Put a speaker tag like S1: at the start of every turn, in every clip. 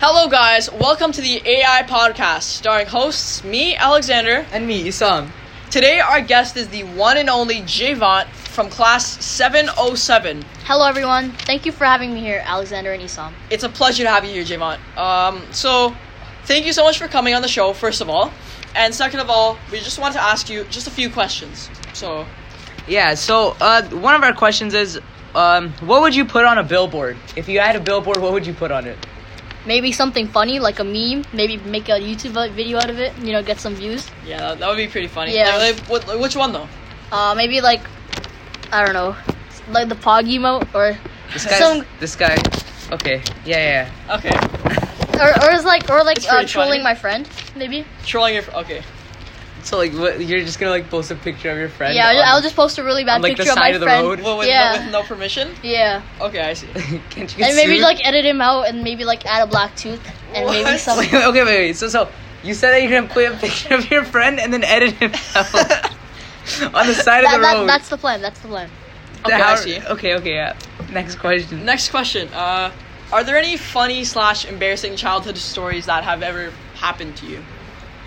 S1: Hello, guys. Welcome to the AI podcast, starring hosts me, Alexander.
S2: And me, Isam.
S1: Today, our guest is the one and only Javant from class 707.
S3: Hello, everyone. Thank you for having me here, Alexander and Isam.
S1: It's a pleasure to have you here, Javant. Um, so, thank you so much for coming on the show, first of all. And second of all, we just wanted to ask you just a few questions. So,
S2: Yeah, so uh, one of our questions is um, what would you put on a billboard? If you had a billboard, what would you put on it?
S3: Maybe something funny, like a meme. Maybe make a YouTube vi- video out of it. You know, get some views.
S1: yeah, that, that would be pretty funny.
S3: Yeah.
S1: Like, like, what, like, which one, though?
S3: Uh, maybe like, I don't know, like the pog emote or
S2: This guy's,
S3: Some-
S2: This guy. Okay, yeah,
S1: Okay.
S3: or or is like or like
S1: It's
S3: uh,
S1: pretty
S3: trolling
S1: funny.
S3: my friend. Maybe.
S1: Trolling your. fr- Okay.
S2: yeah. So, like, what, you're just gonna, like, post a picture of your friend?
S3: yeah, I'll,
S2: on-
S3: I'll just post a really bad
S2: on, like, the
S3: picture of my
S2: side of the
S3: friend.
S2: road?
S1: Well, with,
S3: Yeah.
S1: no, with no permission?
S3: Yeah,
S1: Okay, I see.
S2: Can't you get
S3: and maybe
S2: sued?
S3: like edit him out and maybe like add a black tooth and maybe
S1: What?
S3: some.
S2: Wait, okay, wait, wait. So, so you said that you're gonna put a picture of your friend and then edit him out on the side
S3: That-
S2: of the
S3: that-
S2: road.
S3: that's the plan. That's the plan.
S2: The
S1: Okay, I
S2: how-
S1: see.
S2: Okay, okay, yeah. Next question.
S1: Next question. Uh, are there any funny slash embarrassing childhood stories that have ever happened to you?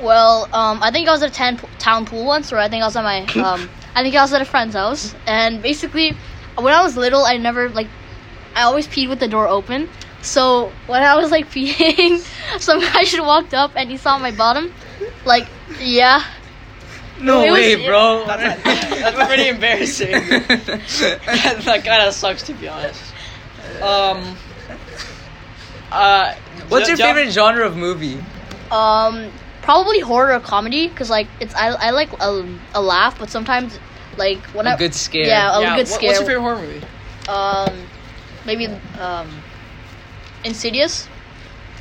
S3: Well, um, I think I was at a tan- town pool once, or I think I was at my, um, I think I was at a friend's house, and basically, when I was little, I never like, I always peed with the door open. So when I was like peeing, some guy should walked up and he saw my bottom, like, yeah,
S2: No
S3: It was-
S2: way, bro.
S1: That's, that's pretty embarrassing. that kind of sucks, to be honest. Um. Uh,
S2: What's
S1: do-
S2: your
S1: do you have-
S2: favorite genre of movie?
S3: um, probably horror or comedy, cause like it's I I like a, a laugh, but sometimes like when I
S2: A good scare.
S3: yeah a
S1: yeah,
S3: good
S1: what-
S3: scare
S1: What's your favorite horror movie?
S3: um maybe um Insidious.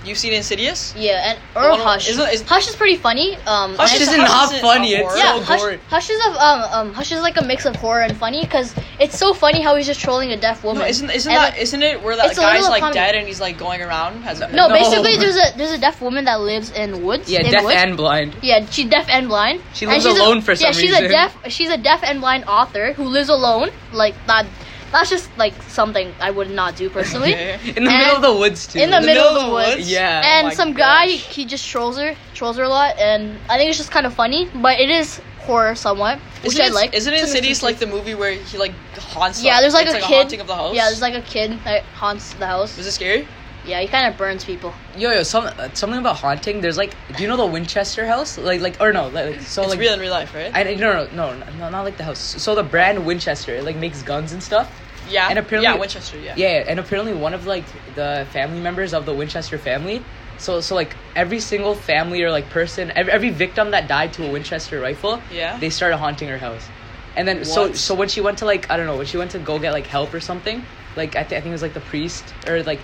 S1: You've seen Insidious?
S3: Yeah, and
S1: Well,
S3: or
S1: no,
S3: Hush.
S1: isn't- is-
S3: Hush is pretty funny.
S1: Hush
S3: Um, and
S2: Hush
S3: it's-
S2: is
S1: Hush
S2: not
S1: isn't
S2: funny.
S1: a
S2: It's
S1: horror.
S3: yeah,
S2: so
S3: Hush,
S2: gory.
S3: Hush is of um um Hush is like a mix of horror and funny because it's so funny how he's just trolling a deaf woman.
S1: No, isn't isn't
S3: And,
S1: that
S3: like,
S1: isn't it where that
S3: it's a little
S1: guy's like
S3: comedy.
S1: dead and he's like going around? Has
S3: no,
S2: No.
S3: basically there's a there's a deaf woman that lives in woods.
S2: Yeah,
S3: in
S2: deaf
S3: woods.
S2: and blind.
S3: Yeah, she's deaf and blind.
S2: She
S3: And
S2: lives
S3: she's
S2: alone
S3: a,
S2: for
S3: yeah,
S2: some
S3: she's
S2: reason.
S3: a deaf she's a deaf and blind author who lives alone. Like that that's just like something I would not do personally.
S1: Okay.
S2: In the middle of
S3: And-
S2: the woods too.
S3: in the middle of the woods.
S2: Yeah.
S1: Oh
S3: and
S1: my
S3: some guy
S1: gosh.
S3: he just trolls her trolls her a lot and i think it's just kind of funny but it is horror somewhat which
S1: Isn't
S3: i
S1: it-
S3: like
S1: Isn't
S3: It's a
S1: Insidious
S3: mixture.
S1: like the movie where he like haunts?
S3: yeah
S1: the,
S3: there's like
S1: it's
S3: a
S1: like
S3: kid
S1: a haunting of the house.
S3: yeah there's like a kid that haunts the house
S1: Was it scary?
S3: yeah he kind of burns people
S2: Yo, yo, some, uh, something about haunting. There's like, do you know the Winchester house? Like, like, or no, like, so
S1: it's
S2: like,
S1: real in real life, right?
S2: I no, no, no, no, not like the house. So the brand Winchester, it, like makes guns and stuff.
S1: yeah.
S2: and apparently-
S1: yeah, Winchester. Yeah.
S2: Yeah, and apparently one of like the family members of the Winchester family. So so like every single family or like person, every, every victim that died to a Winchester rifle,
S1: Yeah.
S2: they started haunting her house. And then so
S1: What?
S2: so when she went to like I don't know when she went to go get like help or something, like I, th- I think it was like the priest or like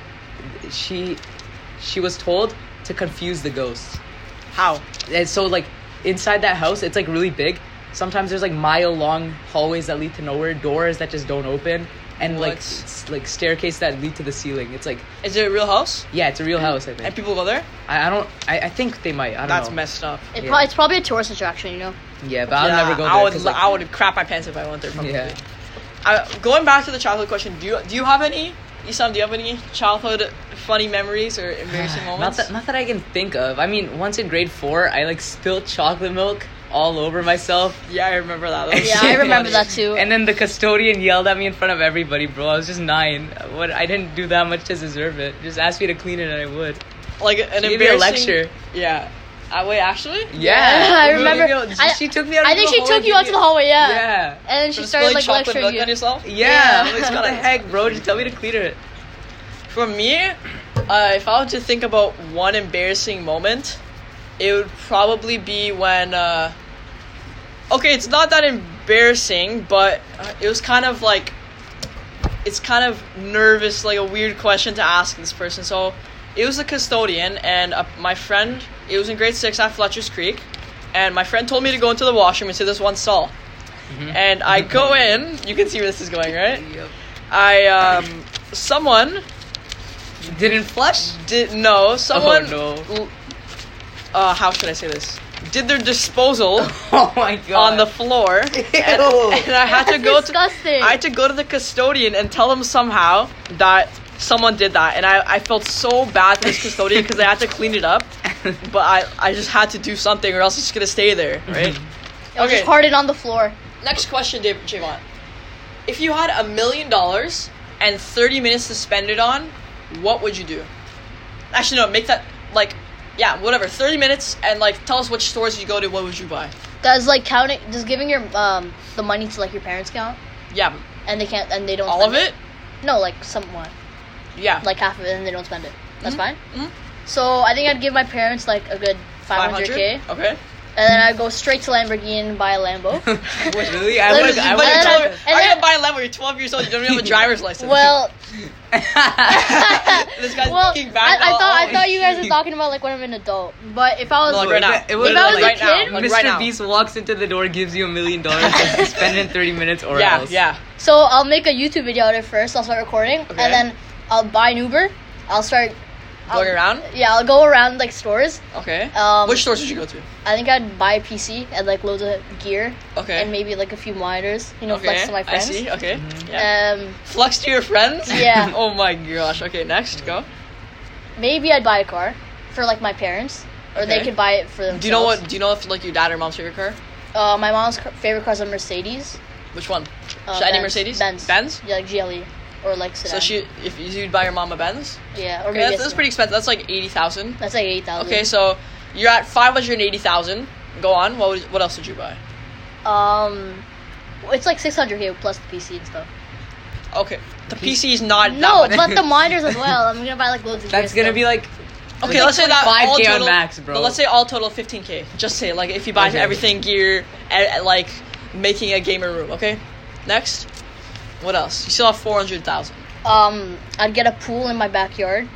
S2: she she was told to confuse the ghosts.
S1: How?
S2: And so like inside that house, it's like really big. Sometimes there's like mile long hallways that lead to nowhere, doors that just don't open, and like
S1: What?
S2: s- like staircase that lead to the ceiling. It's like
S1: Is it a real house?
S2: yeah, it's a real house. I
S1: And
S2: think.
S1: people go there?
S2: I, I don't. I, I think they might. I don't
S1: That's
S2: know.
S1: messed up.
S3: it
S2: Yeah.
S3: prob- it's probably a tourist attraction you know
S2: Yeah, but I'll
S1: Yeah,
S2: never go there.
S1: I would,
S2: 'cause,
S1: li-
S2: like,
S1: I would crap my pants if I went there. Probably.
S2: Yeah.
S1: I, going back to the childhood question, do you do you have any? Isam, do you have any childhood funny memories or embarrassing
S2: Not
S1: moments?
S2: that, not that I can think of. I mean, once in grade four, I like spilled chocolate milk all over myself.
S1: yeah, I remember that. That was
S3: yeah
S1: so
S3: i remember
S1: funny.
S3: that too
S2: And then the custodian yelled at me in front of everybody, bro. I was just nine. What I didn't do that much to deserve it. Just asked me to clean it, and I would.
S1: Like an
S2: She gave me a
S1: embarrassing
S2: lecture.
S1: Yeah. Uh, wait, actually,
S2: Yeah,
S3: I
S2: we
S3: remember.
S2: go- she,
S3: I-
S2: she took me out.
S3: i
S2: into
S3: think
S2: the
S3: she
S2: hallway,
S3: took you
S2: didn't
S3: out to the hallway yeah,
S2: Yeah.
S3: and then she
S1: For
S3: started
S1: spilling
S3: like
S1: chocolate
S3: lecturing
S1: milk
S3: you
S1: on yourself.
S2: Yeah,
S3: Yeah.
S2: like, what the heck, bro? Just tell me to clean it.
S1: For me, uh, if I were to think about one embarrassing moment, it would probably be when. Uh, okay, it's not that embarrassing, but uh, it was kind of like. It's kind of nervous, like a weird question to ask this person. So, it was a custodian, and uh, my friend. It was in grade six at Fletcher's Creek, and my friend told me to go into the washroom into this one stall. And I go in. You can see where this is going, right? I um, someone
S2: Didn't flush? Oh,
S1: did Oh, no someone
S2: no.
S1: l- uh how should i say this did their disposal
S2: Oh my god.
S1: on the floor and, and i had to
S3: That's
S1: go to
S3: disgusting.
S1: i had to go to the custodian and tell him somehow that someone did that, and I, I felt so bad for this custodian because I had to clean it up, but I, I just had to do something or else it's gonna stay there, right?
S3: It was
S1: Okay.
S3: just parted on the floor.
S1: Next question, Dave Javon. If you had a million dollars and 30 minutes to spend it on, what would you do? Actually, no, make that like, yeah, whatever. 30 minutes and like tell us which stores you go to, what would you buy?
S3: Does like counting, does giving your um the money to like your parents count?
S1: Yeah,
S3: And they can't, and they don't.
S1: all
S3: spend
S1: of it?
S3: No, like somewhat,
S1: Yeah.
S3: like half of it, and they don't spend it. That's
S1: Mhm.
S3: fine.
S1: Mhm.
S3: So I think I'd give my parents like a good 500k, and
S1: 500? Okay.
S3: then I'd go straight to Lamborghini and buy a Lambo.
S2: really? I
S3: Literally,
S2: would. I
S1: But you're
S3: and then
S1: 12
S3: I-
S2: would.
S3: and
S1: are you
S3: then-
S1: gonna buy a level? You're 12 years old. You don't even have a driver's license.
S3: well,
S1: this guy's
S3: well,
S1: thinking back.
S3: I, I
S1: all-
S3: thought
S1: all-
S3: I thought you guys were talking about like when I'm an adult, but if I was
S1: No, like right now.
S2: It would
S3: If I was a
S1: right
S3: kid-
S1: now. Like
S2: Mr.
S1: right now.
S2: Beast walks into the door, gives you a million dollars, says to spend in 30 minutes or
S1: yeah,
S2: else.
S1: yeah.
S3: So I'll make a YouTube video out of it first. I'll start recording,
S1: Okay.
S3: and then I'll buy an Uber. I'll start
S1: Going
S3: I'll-
S1: around?
S3: Yeah, I'll go around like stores.
S1: Okay.
S3: Um,
S1: Which stores would you go to?
S3: I think I'd buy a PC and like loads of gear
S1: Okay.
S3: and maybe like a few monitors. You know,
S1: okay.
S3: flex to my friends.
S1: I see. Okay. Yeah.
S3: Um,
S1: Flux to your friends?
S3: Yeah.
S1: oh my gosh. Okay, next, go.
S3: maybe I'd buy a car for like my parents, or they
S1: Okay.
S3: could buy it for themselves.
S1: Do you know what? Do you know if like your dad or mom's favorite car?
S3: Uh, my mom's car- favorite car is a Mercedes.
S1: Which one?
S3: Uh,
S1: Shiny
S3: Benz.
S1: Mercedes.
S3: Benz.
S1: Benz.
S3: Yeah, like GLE or like
S1: So
S3: sedan.
S1: she, if you'd buy your mom a Benz,
S3: Yeah, or
S1: okay, that's,
S3: maybe a Mm-hmm.
S1: that's
S3: sedan.
S1: pretty expensive. That's like eighty thousand.
S3: That's like eight thousand.
S1: Okay, so you're at five hundred eighty thousand. Go on. What would, what else would you buy?
S3: Um, it's like six hundred k plus the PC and stuff.
S1: Okay, the PC is not that
S3: No,
S1: much.
S3: but the monitors as well. I'm gonna buy like loads of.
S2: That's
S3: gear
S2: gonna
S3: stuff.
S2: be like.
S1: Okay, let's say that all
S2: 5K on
S1: total,
S2: max, bro.
S1: but Let's say all total 15k. Just say like if you buy
S2: Okay.
S1: everything gear and, and, like making a gamer room. Okay, next. What else? You still have 400,000.
S3: Um, I'd get a pool in my backyard.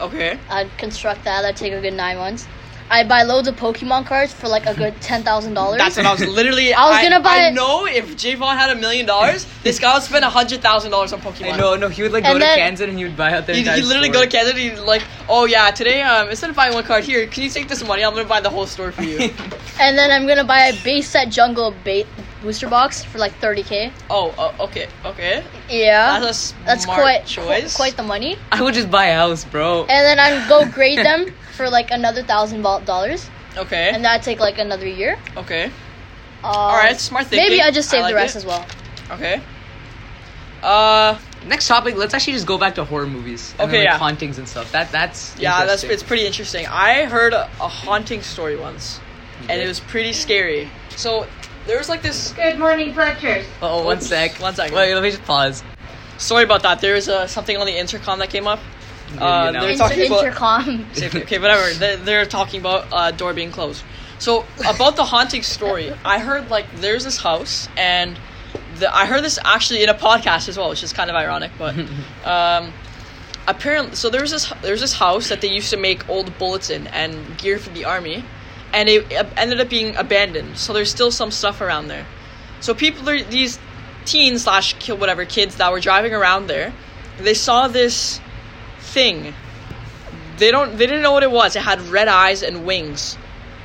S1: Okay.
S3: I'd construct that. That'd take a good nine months. I'd buy loads of Pokemon cards for like a good ten thousand dollars.
S1: That's what I was literally.
S3: I was gonna
S1: I
S3: buy-
S1: know if Javon had a million dollars, this guy would spend a hundred thousand dollars on Pokemon.
S2: No, no, he would like go to
S3: And then-
S2: Kansas and he would buy out their
S1: He,
S2: entire
S1: he literally go
S2: store.
S1: to Canada and he's like, oh yeah, today um, instead of buying one card here, can you take this money? I'm gonna buy the whole store for you.
S3: and then I'm gonna buy a base set jungle bait booster box for like thirty k.
S1: oh, uh, okay, okay.
S3: Yeah,
S1: That's a smart
S3: That's quite qu-
S1: choice.
S3: quite the money.
S2: I would just buy a house, bro.
S3: And then I'd go grade them for like another thousand dollars,
S1: okay,
S3: and that'd take like another year.
S1: okay.
S3: Um,
S1: All right, smart thinking.
S3: Maybe I'd just
S1: I
S3: save
S1: like
S3: the rest
S1: it.
S3: as well.
S1: Okay. Uh,
S2: Next topic. Let's actually just go back to horror movies. And
S1: Okay,
S2: then, like,
S1: yeah.
S2: Hauntings and stuff. That that's.
S1: yeah, that's
S2: interesting.
S1: it's pretty interesting. I heard a, a haunting story once, and it was pretty scary. So there was like this.
S4: Good morning, Fletchers.
S2: Oh, one
S1: Oops,
S2: sec.
S1: one second.
S2: Wait, let me just pause.
S1: Sorry about that. There was uh, something on the intercom that came up. Uh,
S2: now.
S1: they're
S2: It's
S3: Inter-
S1: talking about
S3: intercom.
S1: Safety. Okay, whatever. They, they're talking about uh, door being closed. So about the haunting story, I heard like there's this house, and the, I heard this actually in a podcast as well, which is kind of ironic. But um, apparently, so there's this there's this house that they used to make old bullets in and gear for the army, and it, uh ended up being abandoned. So there's still some stuff around there. So people are these teens slash ki- whatever kids that were driving around there, they saw this thing they don't they didn't know what it was. It had red eyes and wings.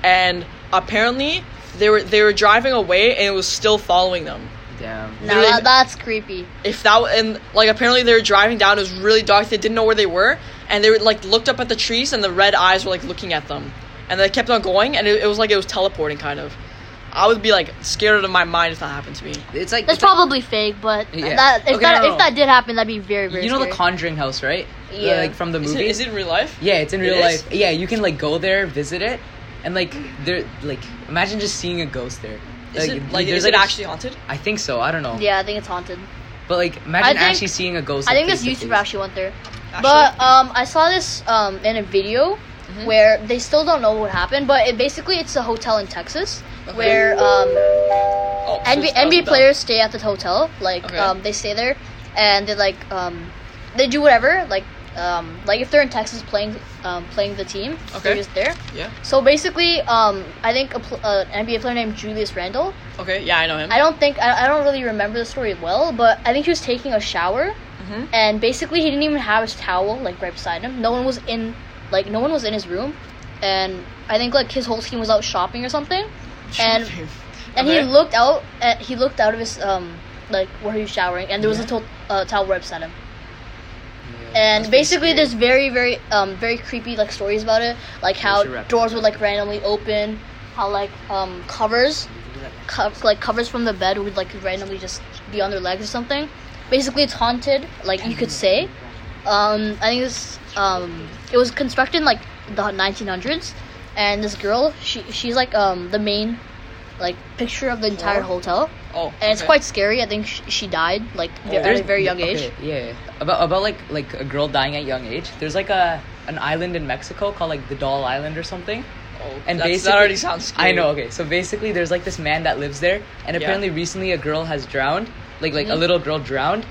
S1: And apparently they were they were driving away and it was still following them.
S2: Damn.
S3: Now that, that's creepy.
S1: If that and like apparently they were driving down, it was really dark, they didn't know where they were, and they were, like looked up at the trees and the red eyes were like looking at them. And they kept on going and it, it was like it was teleporting kind of. I would be like scared out of my mind if that happened to me.
S2: It's like
S3: That's
S2: it's like-
S3: probably fake, but
S2: Yeah.
S3: that, if
S2: Okay,
S3: that
S2: no, no.
S3: if that did happen, that'd be very very.
S2: you know the
S3: scary.
S2: Conjuring house, right? The,
S3: Yeah.
S2: like from the
S1: Is it,
S2: movie.
S1: is it in real life?
S2: Yeah, it's in
S1: It
S2: real
S1: is?
S2: life. Yeah, you can like go there, visit it, and like there, like imagine just seeing a ghost there.
S1: Is it like
S2: there's,
S1: is it
S2: a-
S1: actually haunted?
S2: I think so. I don't know.
S3: Yeah, I think it's haunted.
S2: But like imagine
S3: think-
S2: actually seeing a ghost.
S3: I
S2: like,
S3: think this
S2: face to
S3: YouTuber
S2: face.
S3: actually went there.
S1: Actually? Mm-hmm.
S3: But um, I saw this um in a video where they still don't know what happened, but it basically it's a hotel in Texas
S1: Okay.
S3: where um
S1: oh, so
S3: NBA,
S1: it's thousand
S3: NBA
S1: dollars.
S3: players stay at the hotel. Like
S1: Okay.
S3: um they stay there and they like um they do whatever like um like if they're in Texas playing um playing the team
S1: Okay.
S3: they're just there.
S1: Yeah.
S3: So basically um I think a pl- uh, an NBA player named Julius Randle
S1: Okay, yeah, I know him.
S3: I don't think I, I don't really remember the story well, but I think he was taking a shower,
S1: Mhm.
S3: and basically he didn't even have his towel like right beside him. No one was in, like no one was in his room, and I think like his whole team was out shopping or something, and and
S1: Okay.
S3: he looked out at, he looked out of his um like where he was showering, and there was a to- uh, towel right beside him. And
S2: That's pretty
S3: basically,
S2: scary.
S3: there's very, very, um, very creepy like stories about it, like how
S2: should wrap
S3: doors
S2: it
S3: would like randomly open, how like um covers, co- like covers from the bed would like randomly just be on their legs or something. Basically, it's haunted, like you could say. Um, I think it's um, it was constructed in, like the 1900s, and this girl, she she's like um the main, like picture of the entire hotel,
S1: Oh,
S3: and it's
S1: okay.
S3: quite scary. I think she, she died like at
S2: There's-
S3: a very young
S2: okay,
S3: age.
S2: yeah, about about like like a girl dying at young age. There's like a an island in Mexico called like the Doll Island or something.
S1: Oh,
S2: And
S1: that's-
S2: basically,
S1: that already sounds scary.
S2: I know. Okay, so basically, there's like this man that lives there, and
S1: Yeah. Mm-hmm.
S2: apparently, recently a girl has drowned, like like a little girl drowned,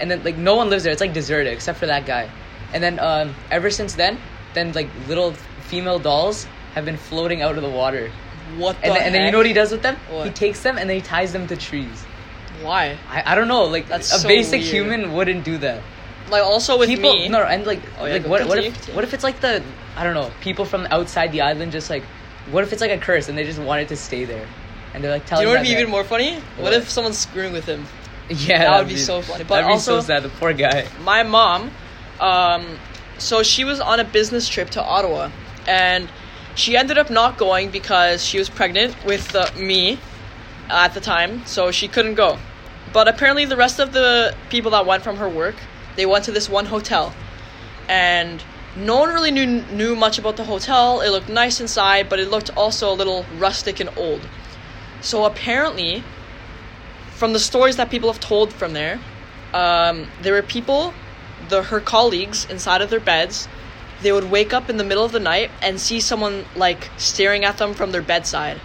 S2: and then like no one lives there. It's like deserted except for that guy, and then um, ever since then, then like little female dolls have been floating out of the water,
S1: What the
S2: and then, and then you know what he does with them? He
S1: What?
S2: takes them and then he ties them to trees.
S1: Why?
S2: I, I don't know. Like
S1: That's
S2: a
S1: so
S2: basic
S1: weird.
S2: human wouldn't do that.
S1: Like also with
S2: people,
S1: me.
S2: no, and like,
S1: Oh, yeah,
S2: like
S1: go
S2: what, what
S1: continue.
S2: if what if it's like the I don't know people from outside the island just like what if it's like a curse and they just wanted to stay there and they're like
S1: Do
S2: telling
S1: you know what would be
S2: that
S1: even
S2: guy-
S1: more funny? What
S2: What?
S1: if someone's screwing with him?
S2: yeah
S1: that would
S2: that'd
S1: be so funny, but
S2: that'd be
S1: also-
S2: so sad the poor guy
S1: my mom, um, so she was on a business trip to Ottawa, and she ended up not going because she was pregnant with uh, me at the time, so she couldn't go. But apparently, the rest of the people that went from her work, they went to this one hotel, and no one really knew knew much about the hotel. It looked nice inside, but it looked also a little rustic and old. So apparently, from the stories that people have told from there, um, there were people, the her colleagues inside of their beds. They would wake up in the middle of the night and see someone like staring at them from their bedside,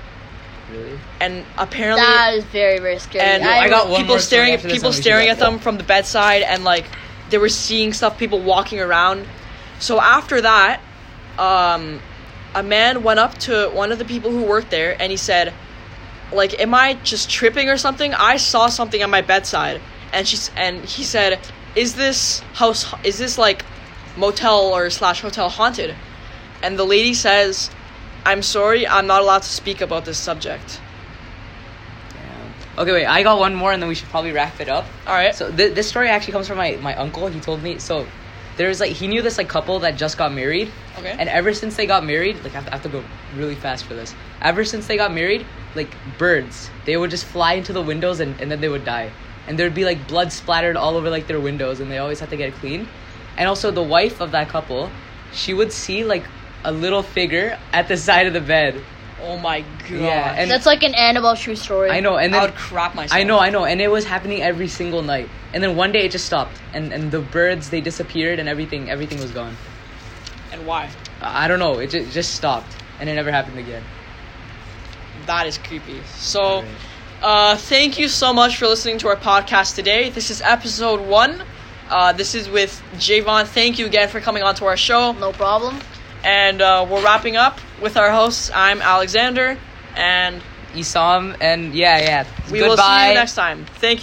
S2: really
S1: and apparently,
S3: That is very, very scary.
S1: and
S2: I got one
S1: people
S2: more story
S1: staring at
S2: after this
S1: people
S2: one we should
S1: staring at
S2: wrap
S1: them
S2: up.
S1: from the bedside, and like they were seeing stuff, people walking around. So after that, um, a man went up to one of the people who worked there, and he said, like am i just tripping or something i saw something on my bedside and she's and he said is this house is this like motel or slash hotel haunted and the lady says i'm sorry i'm not allowed to speak about this subject
S2: Damn. okay wait I got one more and then we should probably wrap it up
S1: all right
S2: So th- this story actually comes from my, my uncle. He told me so. There's like he knew this like couple that just got married.
S1: Okay.
S2: And ever since they got married, like I have, to, I have to go really fast for this. Ever since they got married, like birds, they would just fly into the windows and, and then they would die. And there'd be like blood splattered all over like their windows, and they always had to get it cleaned. And also the wife of that couple, she would see like a little figure at the side of the bed.
S1: oh my god
S2: Yeah, and-
S3: That's like an Annabelle true story.
S2: I know. And
S1: i
S2: then
S1: would crap myself
S2: I know, I know, and it was happening every single night. And then one day it just stopped, and and the birds they disappeared, and everything everything was gone.
S1: and why
S2: I I don't know, it just, just stopped, and it never happened again.
S1: that is creepy so uh thank you so much for listening to our podcast today this is episode one uh, this is with Javon. Thank you again for coming on to our show.
S3: No problem.
S1: And uh, we're wrapping up with our hosts. I'm Alexander, and
S2: Isam, and yeah, yeah.
S1: we
S2: Goodbye.
S1: will see you next time. Thank you.